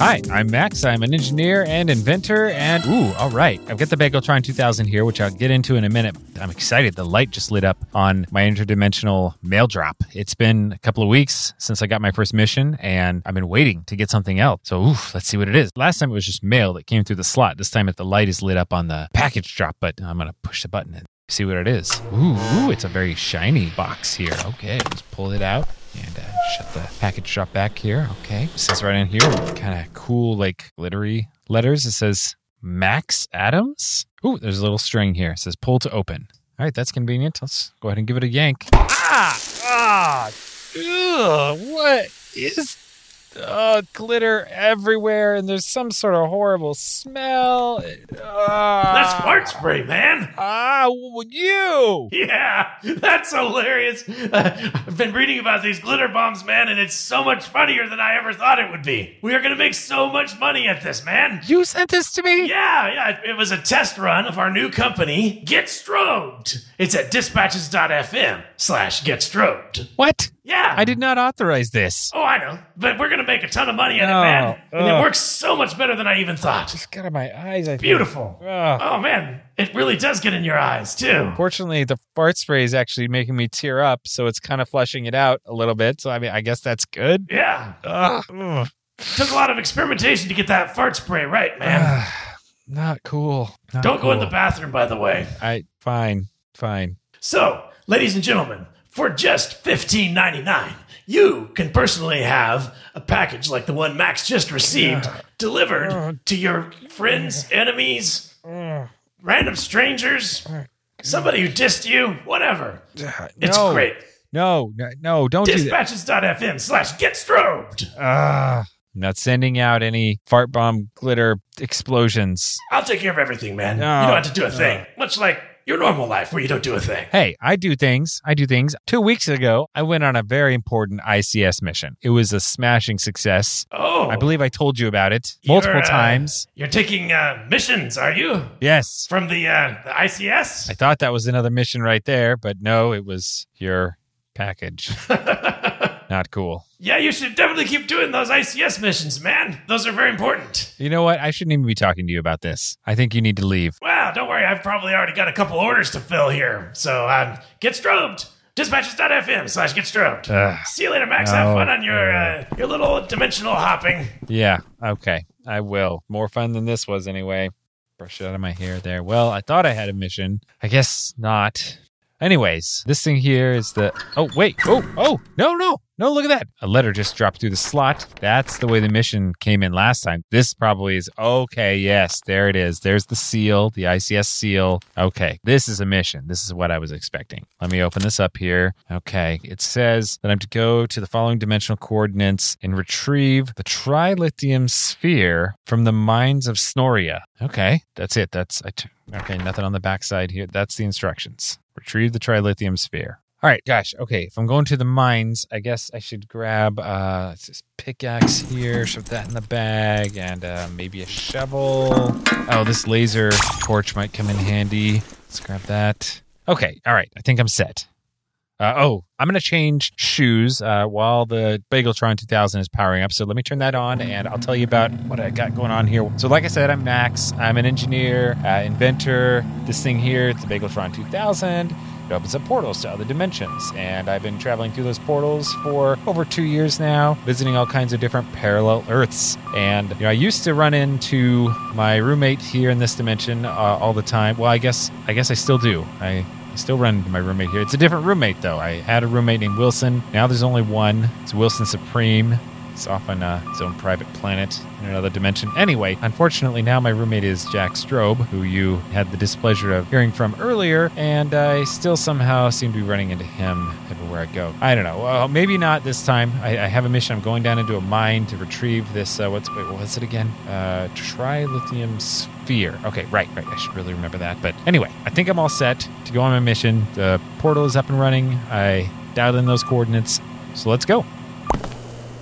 Hi, I'm Max. I'm an engineer and inventor. And, ooh, all right. I've got the Bageltron 2000 here, which I'll get into in a minute. I'm excited. The light just lit up on my interdimensional mail drop. It's been a couple of weeks since I got my first mission, and I've been waiting to get something else. So, oof, let's see what it is. Last time it was just mail that came through the slot. This time it, the light is lit up on the package drop, but I'm going to push the button and see what it is. Ooh, ooh, it's a very shiny box here. Okay, let's pull it out and uh, shut the package drop back here. Okay, it says right in here, kind of cool, like glittery letters. It says Max Adams. Ooh, there's a little string here. It says pull to open. All right, that's convenient. Let's go ahead and give it a yank. Ah, ah, ugh, what is? Uh, glitter everywhere, and there's some sort of horrible smell. That's Ah. fart spray, man. Ah, well, you! Yeah, that's hilarious. Uh, I've been reading about these glitter bombs, man, and it's so much funnier than I ever thought it would be. We are going to make so much money at this, man. You sent this to me? Yeah, yeah, it- it was a test run of our new company, Get Strobed. It's at dispatches.fm slash get strobed. What? Yeah. I did not authorize this. Oh, I know. But we're going to make a ton of money at No. it, man. And Oh, Ugh. it works so much better than I even thought. It's got in my eyes. I think. Beautiful. Ugh. Oh, man. It really does get in your eyes, too. Fortunately, the fart spray is actually making me tear up, so it's kind of flushing it out a little bit. So I mean, I guess that's good. Yeah. Ugh. Ugh. Took a lot of experimentation to get that fart spray right, man. Not cool. Not Don't go in the Ah, cool. bathroom, by the way. I fine, fine. So, ladies and gentlemen, for just $15.99, you can personally have a package like the one Max just received Uh-huh. delivered to your friends, enemies, random strangers, somebody who dissed you, whatever. It's no, great. No, no, no, don't do that. Dispatches.fm slash get strobed. Ugh. I'm not sending out any fart bomb glitter explosions. I'll take care of everything, man. No. you don't have to do a thing. Much like your normal life where you don't do a thing. Hey, I do things. I do things. Two weeks ago, I went on a very important ICS mission. It was a smashing success. Oh. I believe I told you about it multiple You're, uh, times. You're taking uh, missions, are you? Yes. From the, uh, the ICS? I thought that was another mission right there, but no, it was your package. Not cool. yeah, you should definitely keep doing those ICS missions, man. Those are very important. You know what? I shouldn't even be talking to you about this. I think you need to leave. Wow, don't worry. I've probably already got a couple orders to fill here. So um, get strobed. Dispatches.fm slash get strobed. Ugh. See you later, Max. Uh, No. Have fun on your uh, your little dimensional hopping. Yeah. Okay. I will. More fun than this was, anyway. Brush it out of my hair there. Well, I thought I had a mission. I guess not. Anyways, this thing here is the. Oh, wait. Oh, oh. No, no. No, look at that. A letter just dropped through the slot. That's the way the mission came in last time. This probably is. Okay. Yes. There it is. There's the seal, the ICS seal. Okay. This is a mission. This is what I was expecting. Let me open this up here. Okay. It says that I'm to go to the following dimensional coordinates and retrieve the trilithium sphere from the mines of Snoria. Okay. That's it. That's. I t- okay. Nothing on the backside here. That's the instructions. Retrieve the trilithium sphere. All right, gosh. Okay, if I'm going to the mines, I guess I should grab uh, let's just pickaxe here, shove that in the bag, and uh, maybe a shovel. Oh, this laser torch might come in handy. Let's grab that. Okay, all right. I think I'm set. Uh, oh, I'm gonna change shoes uh, while the Bageltron 2000 is powering up. So let me turn that on, and I'll tell you about what I got going on here. So, like I said, I'm Max. I'm an engineer, uh, inventor. This thing here, it's the Bageltron 2000. It opens up portals to other dimensions, and I've been traveling through those portals for over two years now, visiting all kinds of different parallel Earths. And you know, I used to run into my roommate here in this dimension uh, all the time. Well, I guess I guess I still do. I I still run into my roommate here. It's a different roommate though. I had a roommate named Wilson. Now there's only one. It's Wilson Supreme. He's off on uh, his own private planet in another dimension. Anyway, unfortunately, now my roommate is Jack Strobe, who you had the displeasure of hearing from earlier, and I still somehow seem to be running into him everywhere I go. I don't know. Well, maybe not this time. I, I have a mission. I'm going down into a mine to retrieve this. Uh, what's wait, what was it again? Uh, trilithium sphere. Okay, right, right. I should really remember that. But anyway, I think I'm all set to go on my mission. The portal is up and running. I dialed in those coordinates. So let's go.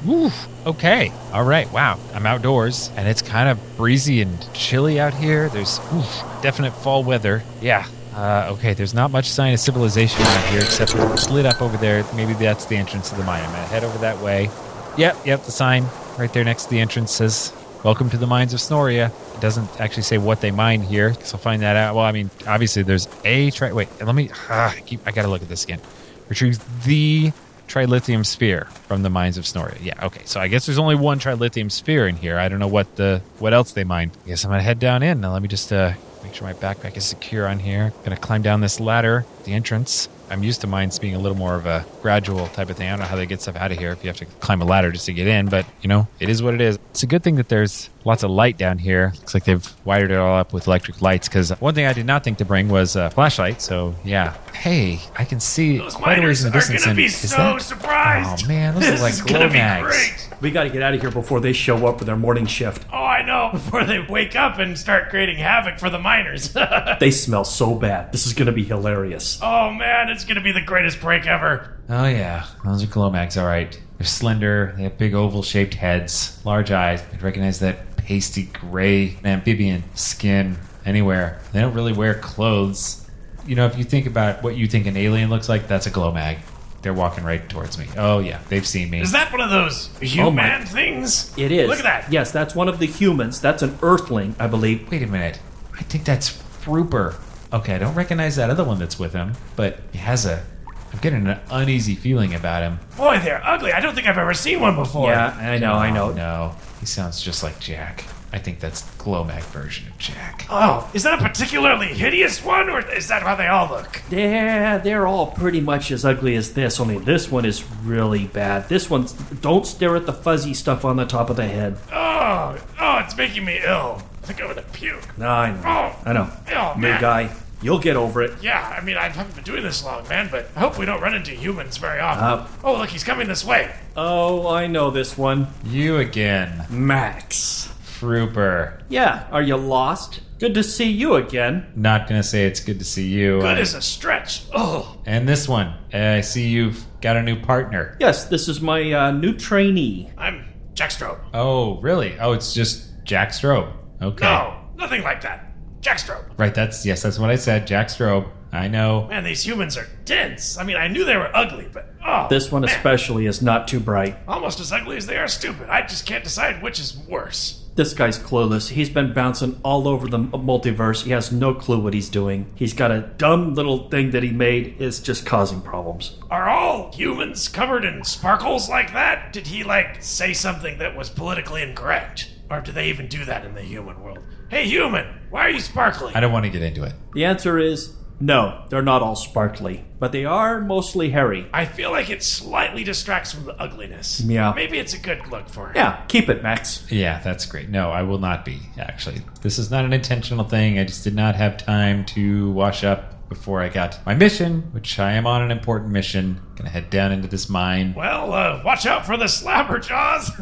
Oof. Okay. All right. Wow. I'm outdoors and it's kind of breezy and chilly out here. There's oof, definite fall weather. Yeah. Uh, okay. There's not much sign of civilization out here except it's lit up over there. Maybe that's the entrance to the mine. I'm going to head over that way. Yep. Yep. The sign right there next to the entrance says Welcome to the mines of Snoria. It doesn't actually say what they mine here, so I'll find that out. Well, I mean, obviously there's a tri. Wait, let me. ah, I keep, I gotta look at this again. Retrieve the trilithium sphere from the mines of Snoria. Yeah, okay. So I guess there's only one trilithium sphere in here. I don't know what the what else they mine. I guess I'm gonna head down in. Now let me just uh, make sure my backpack is secure on here. Gonna climb down this ladder, at the entrance. I'm used to mines being a little more of a gradual type of thing. I don't know how they get stuff out of here if you have to climb a ladder just to get in, but you know, it is what it is. It's a good thing that there's lots of light down here. Looks like they've wired it all up with electric lights because one thing I did not think to bring was a flashlight. So yeah, hey, I can see Those quite a miners ways in are the distance. gonna and be is so that- surprised. Oh, man, those this look like is glow gonna be mags. great. We got to get out of here before they show up for their morning shift. Oh, I know. Before they wake up and start creating havoc for the miners. They smell so bad. This is going to be hilarious. oh man, it's gonna be the greatest break ever. Oh yeah, those are Glomax. All right, they're slender. They have big oval-shaped heads, large eyes. You'd recognize that pasty gray amphibian skin anywhere. They don't really wear clothes. You know, if you think about what you think an alien looks like, that's a Glomag. They're walking right towards me. Oh yeah, they've seen me. Is that one of those Oh, my- human things? It is. Look at that. Yes, that's one of the humans. That's an Earthling, I believe. Wait a minute. I think that's Rooper. Okay, I don't recognize that other one that's with him, but he has a. I'm getting an uneasy feeling about him. Boy, they're ugly. I don't think I've ever seen one before. Yeah, I know, I know. No, he sounds just like Jack. I think that's Glomag version of Jack. Oh, is that a particularly hideous one, or is that how they all look? They're, they're all pretty much as ugly as this, only this one is really bad. This one's. Don't stare at the fuzzy stuff on the top of the head. Oh, oh, it's making me ill. I think I'm gonna puke. No, I know. Oh. I know. Oh, New man. guy. You'll get over it. Yeah, I mean, I haven't been doing this long, man, but I hope we don't run into humans very often. Uh, oh, look, he's coming this way. Oh, I know this one. You again, Max. Rooper. Yeah, are you lost? Good to see you again. Not gonna say it's good to see you. Good as a stretch. Oh, and this one, uh, I see you've got a new partner. Yes, this is my uh, new trainee. I'm Jack Strobe. Oh, really? Oh, it's just Jack Strobe. Okay. No, nothing like that. Jack Strobe. Right. That's yes. That's what I said. Jack Strobe. I know. Man, these humans are dense. I mean, I knew they were ugly, but oh, This one man, especially is not too bright. almost as ugly as they are stupid. I just can't decide which is worse. This guy's clueless. He's been bouncing all over the multiverse. He has no clue what he's doing. He's got a dumb little thing that he made. It's just causing problems. Are all humans covered in sparkles like that? Did he, like, say something that was politically incorrect? Or do they even do that in the human world? Hey, human, why are you sparkling? I don't want to get into it. The answer is no, they're not all sparkly, but they are mostly hairy. I feel like it slightly distracts from the ugliness. Yeah. Maybe it's a good look for him. Yeah, keep it, Max. Yeah, that's great. No, I will not be, actually. This is not an intentional thing. I just did not have time to wash up before I got to my mission, which I am on an important mission. Gonna head down into this mine. Well, uh, watch out for the slapper jaws.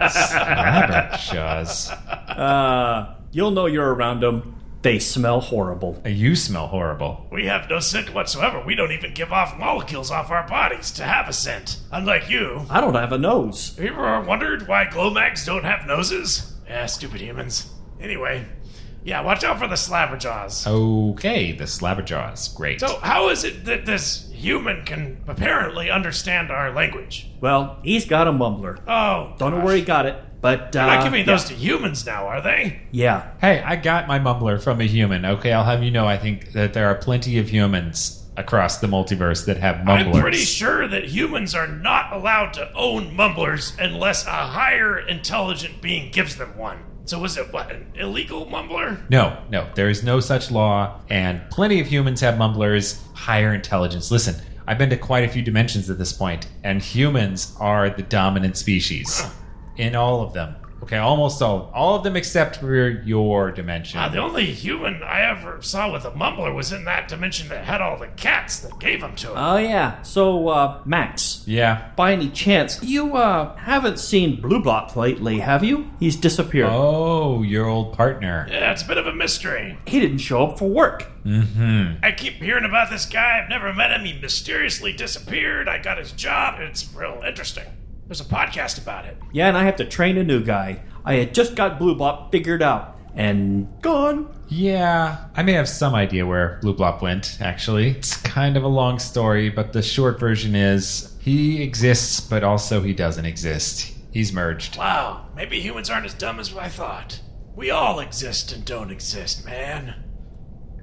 Robert Shaws. Uh, you'll know you're around them. They smell horrible. You smell horrible. we have no scent whatsoever. We don't even give off molecules off our bodies to have a scent. Unlike you. I don't have a nose. Have you ever wondered why Glomags don't have noses? Yeah, stupid humans. Anyway, yeah, watch out for the slapper jaws. Okay, the Slabberjaws. Great. So, how is it that this human can apparently understand our language? Well, he's got a mumbler. Oh, Don't know where he got it, but uh, They're not giving those to humans now, are they? yeah, hey, I got my mumbler from a human. Okay, I'll have you know I think that there are plenty of humans across the multiverse that have mumblers. I'm pretty sure that humans are not allowed to own mumblers unless a higher intelligent being gives them one. So was it what an illegal mumbler? No, no, there is no such law, and plenty of humans have mumblers, higher intelligence. Listen, I've been to quite a few dimensions at this point, and humans are the dominant species in all of them. Okay, almost all, all of them except for your dimension. Uh, the only human I ever saw with a mumbler was in that dimension that had all the cats that gave them to him. oh yeah. So uh, Max, yeah. by any chance, you uh, haven't seen Blue Block lately, have you? He's disappeared. Oh, your old partner. yeah, it's a bit of a mystery. He didn't show up for work. I keep hearing about this guy. I've never met him. He mysteriously disappeared. I got his job. It's real interesting. There's a podcast about it. Yeah, and I have to train a new guy. I had just got Blue Block figured out and gone. Yeah, I may have some idea where Blue Blop went, actually. It's kind of a long story, but the short version is he exists, but also he doesn't exist. He's merged. Wow, maybe humans aren't as dumb as I thought. We all exist and don't exist, man.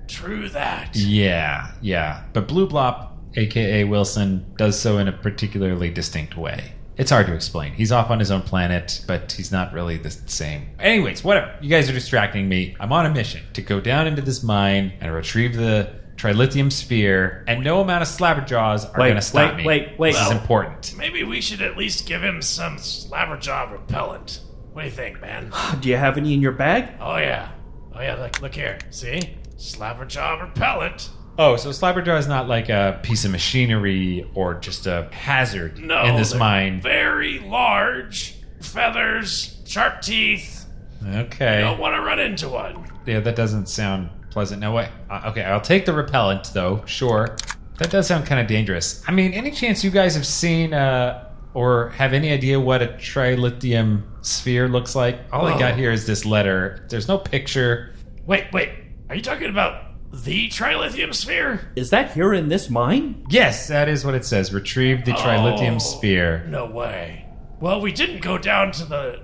True that. Yeah, yeah. But Blue Blop, aka Wilson, does so in a particularly distinct way. It's hard to explain. He's off on his own planet, but he's not really the same. Anyways, whatever. You guys are distracting me. I'm on a mission to go down into this mine and retrieve the trilithium sphere, and no amount of slabberjaws are Wait, going to stop wait, me. wait, wait. This is Well- important. Maybe we should at least give him some slabberjaw repellent. What do you think, man? Ah, Do you have any in your bag? Oh yeah, oh yeah. Look, look here. See, slabberjaw repellent. Oh, so slabberjaw is not like a piece of machinery or just a hazard No, in this they're mine. Very large feathers, sharp teeth. Okay. Don't want to run into one. Yeah, that doesn't sound pleasant. No way. Uh, okay, I'll take the repellent though. Sure, that does sound kind of dangerous. I mean, any chance you guys have seen uh, or have any idea what a trilithium sphere looks like? All I got Oh. here is this letter. There's no picture. Wait, wait. Are you talking about the trilithium sphere? Is that here in this mine? Yes, that is what it says. Retrieve the trilithium Oh. sphere. No way. Well, we didn't go down to the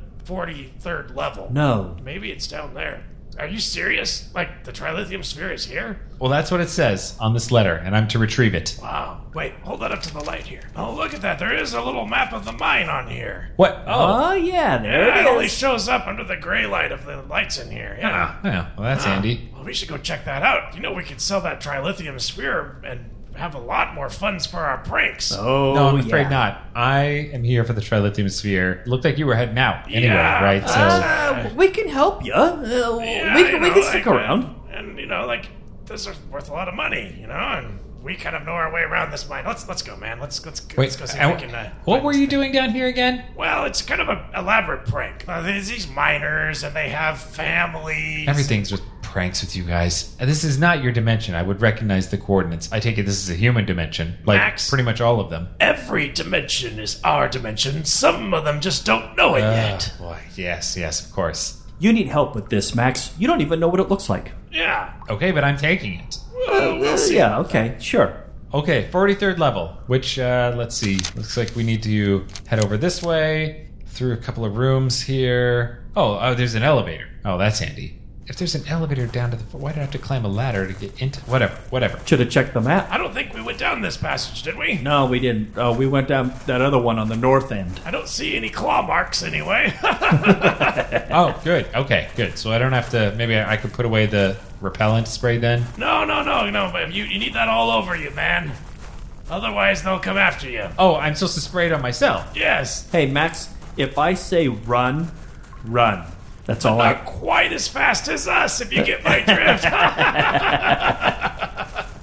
43rd level. No. Maybe it's down there. Are you serious? Like, the trilithium sphere is here? Well, that's what it says on this letter, and I'm to retrieve it. Wow. Wait, hold that up to the light here. Oh, look at that. There is a little map of the mine on here. What? Oh, yeah, there It it only is. shows up under the gray light of the lights in here. Yeah. Oh, Yeah, well, that's handy. Well, we should go check that out. You know, we could sell that trilithium sphere and have a lot more funds for our pranks. Oh, No, I'm afraid yeah. not. I am here for the trilithium sphere. Looked like you were heading out anyway, Yeah. Ah. right? So. Uh, we can help you. Uh, Yeah, we you can, we know, can stick like, uh, around. And you know, like this is worth a lot of money, you know, and we kind of know our way around this mine. Let's let's go, man. Let's let's, Wait, let's go see I- if we can. Uh, what find were this you thing. doing down here again? Well, it's kind of an elaborate prank. Uh, there's these miners, and they have families. Everything's with pranks with you guys. And This is not your dimension. I would recognize the coordinates. I take it this is a human dimension, like Max. pretty much all of them. Every dimension is our dimension. Some of them just don't know it yet. Oh, boy. Yes, yes, of course. You need help with this, Max. You don't even know what it looks like. Yeah. Okay, but I'm taking it. Well, we'll see. Yeah, okay, sure. Okay, 43rd level, which, uh, let's see, looks like we need to head over this way, through a couple of rooms here. Oh, oh, there's an elevator. Oh, that's handy. If there's an elevator down to the floor, why did I have to climb a ladder to get into? Whatever, whatever. Should have checked the map. I don't think we went down this passage, did we? No, we didn't. Uh, we went down that other one on the north end. I don't see any claw marks anyway. Oh, good. Okay, good. So I don't have to. Maybe I, I could put away the repellent spray then. No, no, no, no. but You, you need that all over you, man. Otherwise, they'll come after you. Oh, I'm supposed to spray it on myself. Yes. Hey, Max, if I say run, run. That's all Oh, I. Not quite as fast as us, if you get my drift.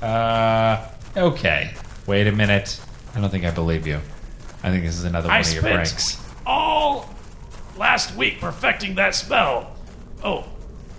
Uh, okay. Wait a minute. I don't think I believe you. I think this is another I one of your spent- pranks. all last week perfecting that spell. Oh,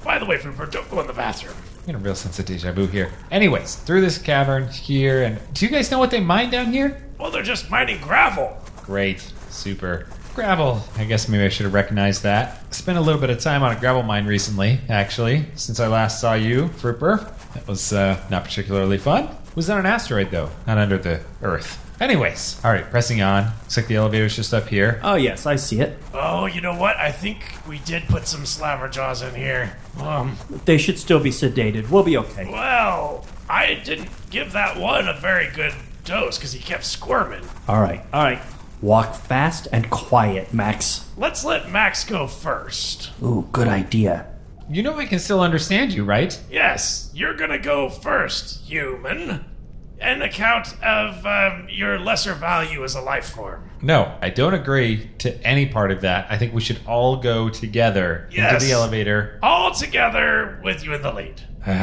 by the way, Fruper, don't go in the bathroom. I'm getting a real sense of deja vu here. Anyways, through this cavern here, and do you guys know what they mine down here? Well, they're just mining gravel. Great. Super. Gravel. I guess maybe I should have recognized that. Spent a little bit of time on a gravel mine recently, actually, since I last saw you, Fripper. That was uh, not particularly fun. Was on an asteroid, though, not under the Earth. Anyways, all right, pressing on. Looks like the elevator's just up here. Oh yes, I see it. Oh, you know what? I think we did put some slabberjaws in here. Um, They should still be sedated. We'll be okay. well, I didn't give that one a very good dose because he kept squirming. All right, all right. Walk fast and quiet, Max. Let's let Max go first. Ooh, good idea. You know I can still understand you, right? Yes, you're gonna go first, human. An account of um, your lesser value as a life form. No, I don't agree to any part of that. I think we should all go together Yes. into the elevator. All together with you in the lead. all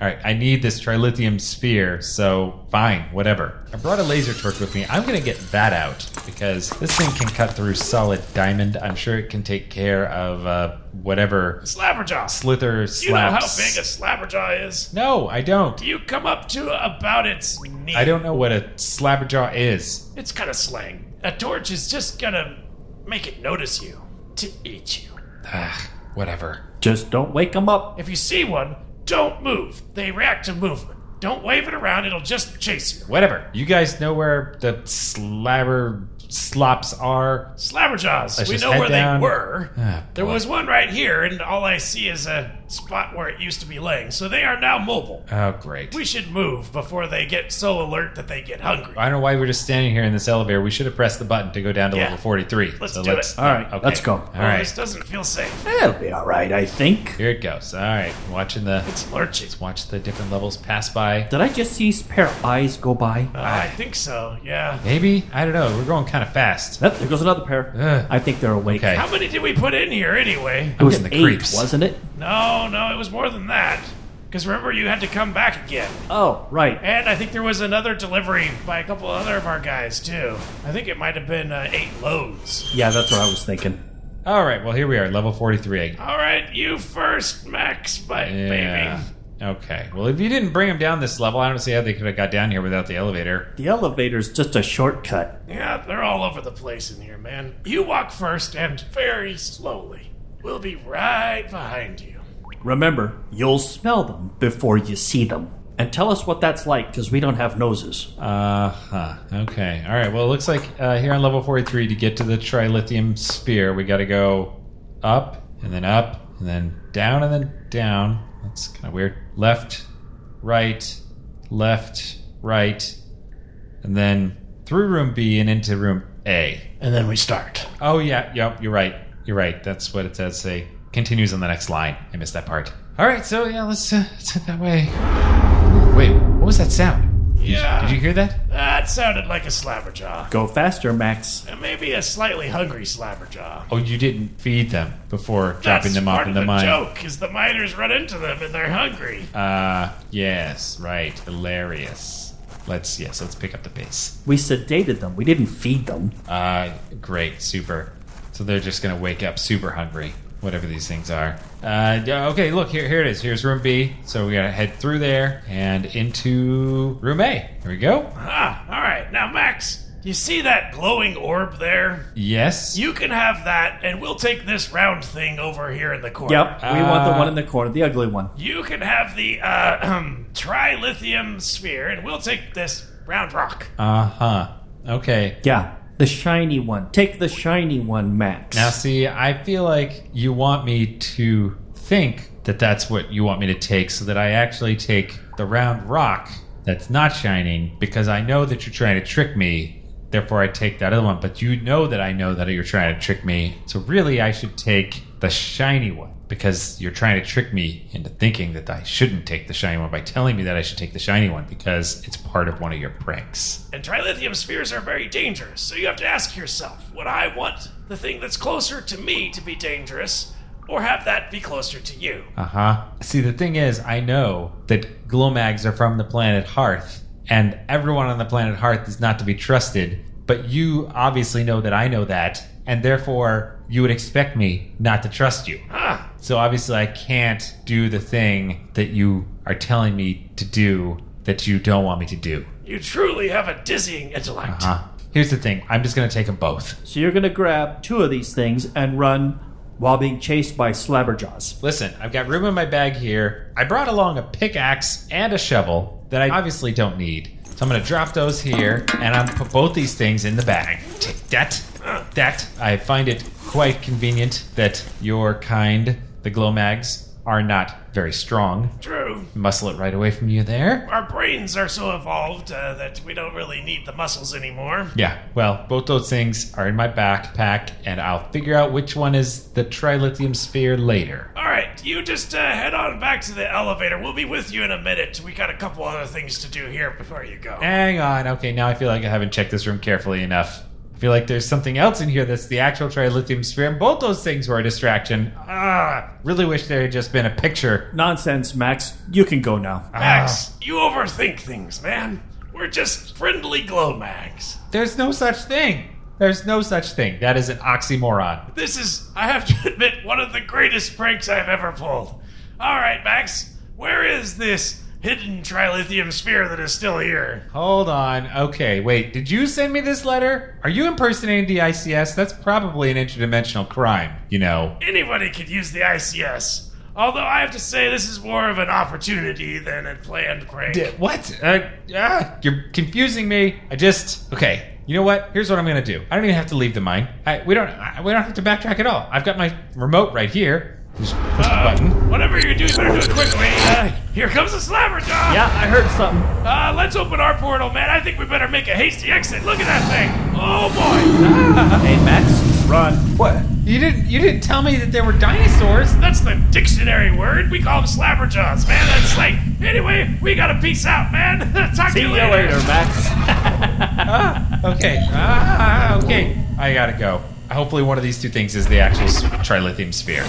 right, I need this trilithium sphere, so fine, whatever. I brought a laser torch with me. I'm gonna get that out because this thing can cut through solid diamond. I'm sure it can take care of uh, whatever Slabberjaw. slither You know how big a slaps. slabberjaw is? no, I don't. Do you come up to about its knee? I don't know what a slabberjaw is. It's kind of slang. A torch is just gonna make it notice you, to eat you. Ugh, whatever. Just don't wake them up. If you see one, don't move. They react to movement. Don't wave it around, it'll just chase you. Whatever. You guys know where the slabber slops are. Slabberjaws. Let's we just know head where down. they were. Ah, there boy. was one right here, and all I see is a spot where it used to be laying. So they are now mobile. Oh, great. We should move before they get so alert that they get hungry. I don't know why we're just standing here in this elevator. We should have pressed the button to go down to Yeah. level 43. Let's so do let's, it. All right, Okay. let's go. All Oh, right. This doesn't feel safe. It'll be all right, I think. Here it goes. All right. Watching the. It's lurching. Watch the different levels pass by. Did I just see a pair of eyes go by? Uh, I Ah. think so, yeah. Maybe? I don't know. We're going kind of fast. Yep, there goes another pair. Ugh. I think they're awake. Okay. How many did we put in here anyway? It was I'm getting the eight, creeps. wasn't it? No, no, it was more than that. Because remember, you had to come back again. Oh, right. And I think there was another delivery by a couple other of our guys, too. I think it might have been uh, eight loads. Yeah, that's what I was thinking. All right. Well, here we are. Level 43. All right, you first, Max, but Yeah. baby. Okay. Well, if you didn't bring them down this level, I don't see how they could have got down here without the elevator. The elevator's just a shortcut. Yeah, they're all over the place in here, man. You walk first and very slowly. We'll be right behind you. Remember, you'll smell them before you see them. And tell us what that's like, because we don't have noses. Uh huh. Okay. All right. Well, it looks like uh, here on level 43, to get to the trilithium sphere, we got to go up and then up and then down and then down. That's kind of weird. Left, right, left, right, and then through room B and into room A. And then we start. Oh yeah, yep, you're right. You're right. That's what it says. Say continues on the next line. I missed that part. All right, so yeah, let's, uh, let's head that way. Wait, what was that sound? Did you- Yeah. Did, you hear that? That sounded like a slabberjaw. Go faster, Max. And Maybe a slightly hungry slabberjaw. Oh, you didn't feed them before dropping That's them off part in of the, the mine. joke is the miners run into them and they're hungry. Uh, yes, right. Hilarious. Let's yes, let's pick up the pace. We sedated them. We didn't feed them. Uh, great, super. So they're just gonna wake up super hungry, whatever these things are. Uh, yeah, okay, look here, here it is. Here's room B. So we gotta head through there and into room A. Here we go. Ah, all right. Now, Max, you see that glowing orb there? Yes. You can have that, and we'll take this round thing over here in the corner. Yep, we want the Uh, one in the corner, the ugly one. You can have the uh, trilithium sphere, and we'll take this round rock. Uh huh. Okay. Yeah, the shiny one. Take the shiny one, Max. Now, see, I feel like you want me to think that that's what you want me to take so that I actually take the round rock that's not shining because I know that you're trying to trick me. Therefore, I take that other one. But you know that I know that you're trying to trick me. So, really, I should take the shiny one because you're trying to trick me into thinking that I shouldn't take the shiny one by telling me that I should take the shiny one because it's part of one of your pranks. And trilithium spheres are very dangerous, so you have to ask yourself would I want the thing that's closer to me to be dangerous, or have that be closer to you? Uh huh. See, the thing is, I know that Glomags are from the planet Hearth, and everyone on the planet Hearth is not to be trusted, but you obviously know that I know that, and therefore you would expect me not to trust you. Ah, So obviously, I can't do the thing that you are telling me to do that you don't want me to do. you truly have a dizzying intellect. Huh? Here's the thing I'm just going to take them both. So you're gonna grab two of these things and run while being chased by slabberjaws. Listen, I've got room in my bag here. I brought along a pickaxe and a shovel that I obviously don't need. So I'm going to drop those here and I'm put both these things in the bag. Take that. That. I find it quite convenient that your kind, the Glomags, are not very strong. True. Muscle it right away from you there. Our brains are so evolved uh, that we don't really need the muscles anymore. Yeah, well, both those things are in my backpack, and I'll figure out which one is the trilithium sphere later. All right, you just uh, head on back to the elevator. We'll be with you in a minute. We got a couple other things to do here before you go. Hang on. Okay, now I feel like I haven't checked this room carefully enough. I feel like there's something else in here that's the actual trilithium sphere, and both those things were a distraction. Ah, really wish there had just been a picture. Nonsense, Max. You can go now. Max, you overthink things, man. We're just friendly glow mags. There's no such thing. There's no such thing. That is an oxymoron. This is, I have to admit, one of the greatest pranks I've ever pulled. All right, Max, where is this hidden trilithium sphere that is still here? Hold on. Okay, wait. Did you send me this letter? Are you impersonating the ICS? That's probably an interdimensional crime, you know. Anybody could use the ICS. Although I have to say, this is more of an opportunity than a planned prank. D- what? Uh, ah, you're confusing me. I just. Okay, you know what? Here's what I'm gonna do. I don't even have to leave the mine. I, we don't. I, we don't have to backtrack at all. I've got my remote right here. Just push the button. Whatever you do, you better do it quickly. Uh, here comes the slapper job. Yeah, I heard something. Uh, let's open our portal, man. I think we better make a hasty exit. Look at that thing. Oh boy. Hey, Max, run. What? You didn't. You didn't tell me that there were dinosaurs. That's the dictionary word. We call them slapperjaws, man. That's like. Anyway, we gotta peace out, man. Talk See to you later, Max. Okay. Ah, okay. I gotta go. Hopefully, one of these two things is the actual s- trilithium sphere.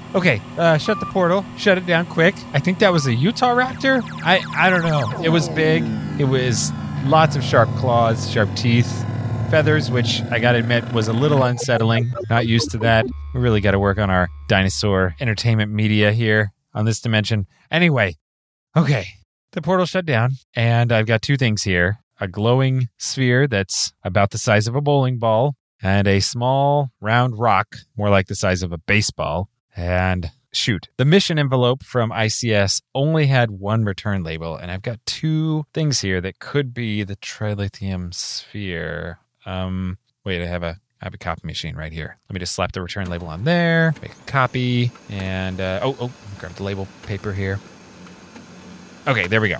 okay. Uh, shut the portal. Shut it down quick. I think that was a Utah raptor. I I don't know. It was big. It was lots of sharp claws, sharp teeth, feathers, which I gotta admit was a little unsettling. Not used to that. We really gotta work on our dinosaur entertainment media here on this dimension. Anyway. Okay. The portal shut down, and I've got two things here a glowing sphere that's about the size of a bowling ball, and a small round rock, more like the size of a baseball. And shoot, the mission envelope from ICS only had one return label, and I've got two things here that could be the trilithium sphere. Um, wait, I have a I have a copy machine right here. Let me just slap the return label on there, make a copy, and uh, oh, oh, grab the label paper here. Okay, there we go.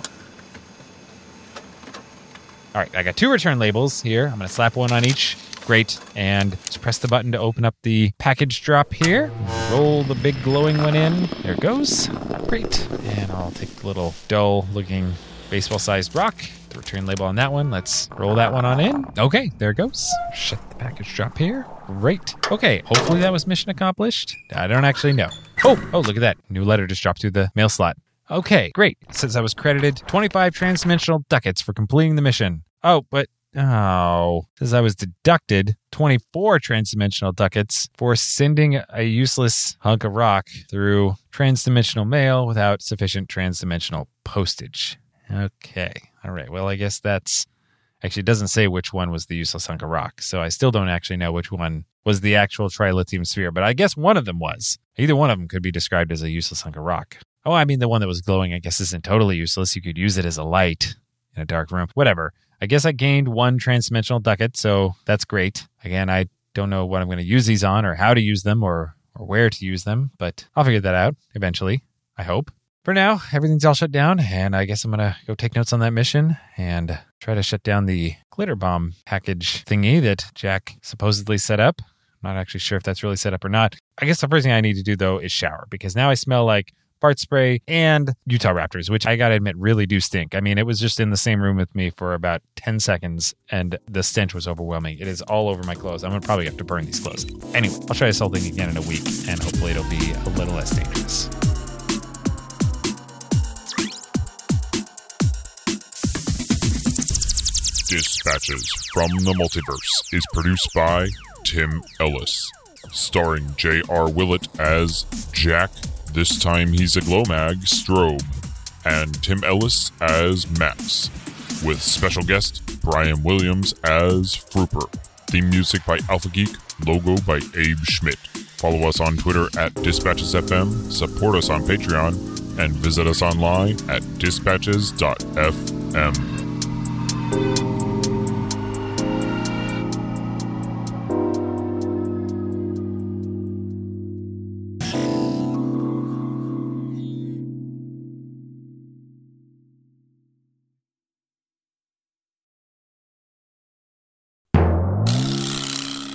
All right, I got two return labels here. I'm going to slap one on each. Great. And just press the button to open up the package drop here. Roll the big glowing one in. There it goes. Great. And I'll take the little dull looking baseball sized rock. The return label on that one. Let's roll that one on in. Okay, there it goes. Shut the package drop here. Great. Okay, hopefully that was mission accomplished. I don't actually know. Oh, oh, look at that. New letter just dropped through the mail slot. Okay, great. It says I was credited 25 transdimensional ducats for completing the mission. Oh, but oh, it says I was deducted 24 transdimensional ducats for sending a useless hunk of rock through transdimensional mail without sufficient transdimensional postage. Okay. All right. Well, I guess that's actually it doesn't say which one was the useless hunk of rock. So I still don't actually know which one was the actual trilithium sphere, but I guess one of them was. Either one of them could be described as a useless hunk of rock. Oh, I mean, the one that was glowing, I guess, isn't totally useless. You could use it as a light in a dark room. Whatever. I guess I gained one transdimensional ducat, so that's great. Again, I don't know what I'm going to use these on or how to use them or, or where to use them, but I'll figure that out eventually. I hope. For now, everything's all shut down, and I guess I'm going to go take notes on that mission and try to shut down the glitter bomb package thingy that Jack supposedly set up. I'm not actually sure if that's really set up or not. I guess the first thing I need to do, though, is shower because now I smell like fart spray and Utah Raptors, which I got to admit really do stink. I mean, it was just in the same room with me for about 10 seconds, and the stench was overwhelming. It is all over my clothes. I'm going to probably have to burn these clothes. Anyway, I'll try this whole thing again in a week, and hopefully it'll be a little less dangerous. Dispatches from the Multiverse is produced by Tim Ellis, starring J.R. Willett as Jack, this time he's a Glowmag, Strobe, and Tim Ellis as Max, with special guest Brian Williams as Frooper. Theme music by Alpha Geek, logo by Abe Schmidt. Follow us on Twitter at DispatchesFM, support us on Patreon, and visit us online at dispatches.fm.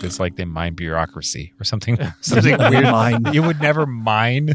It's like they mine bureaucracy or something, something weird. Mine. You would never mine.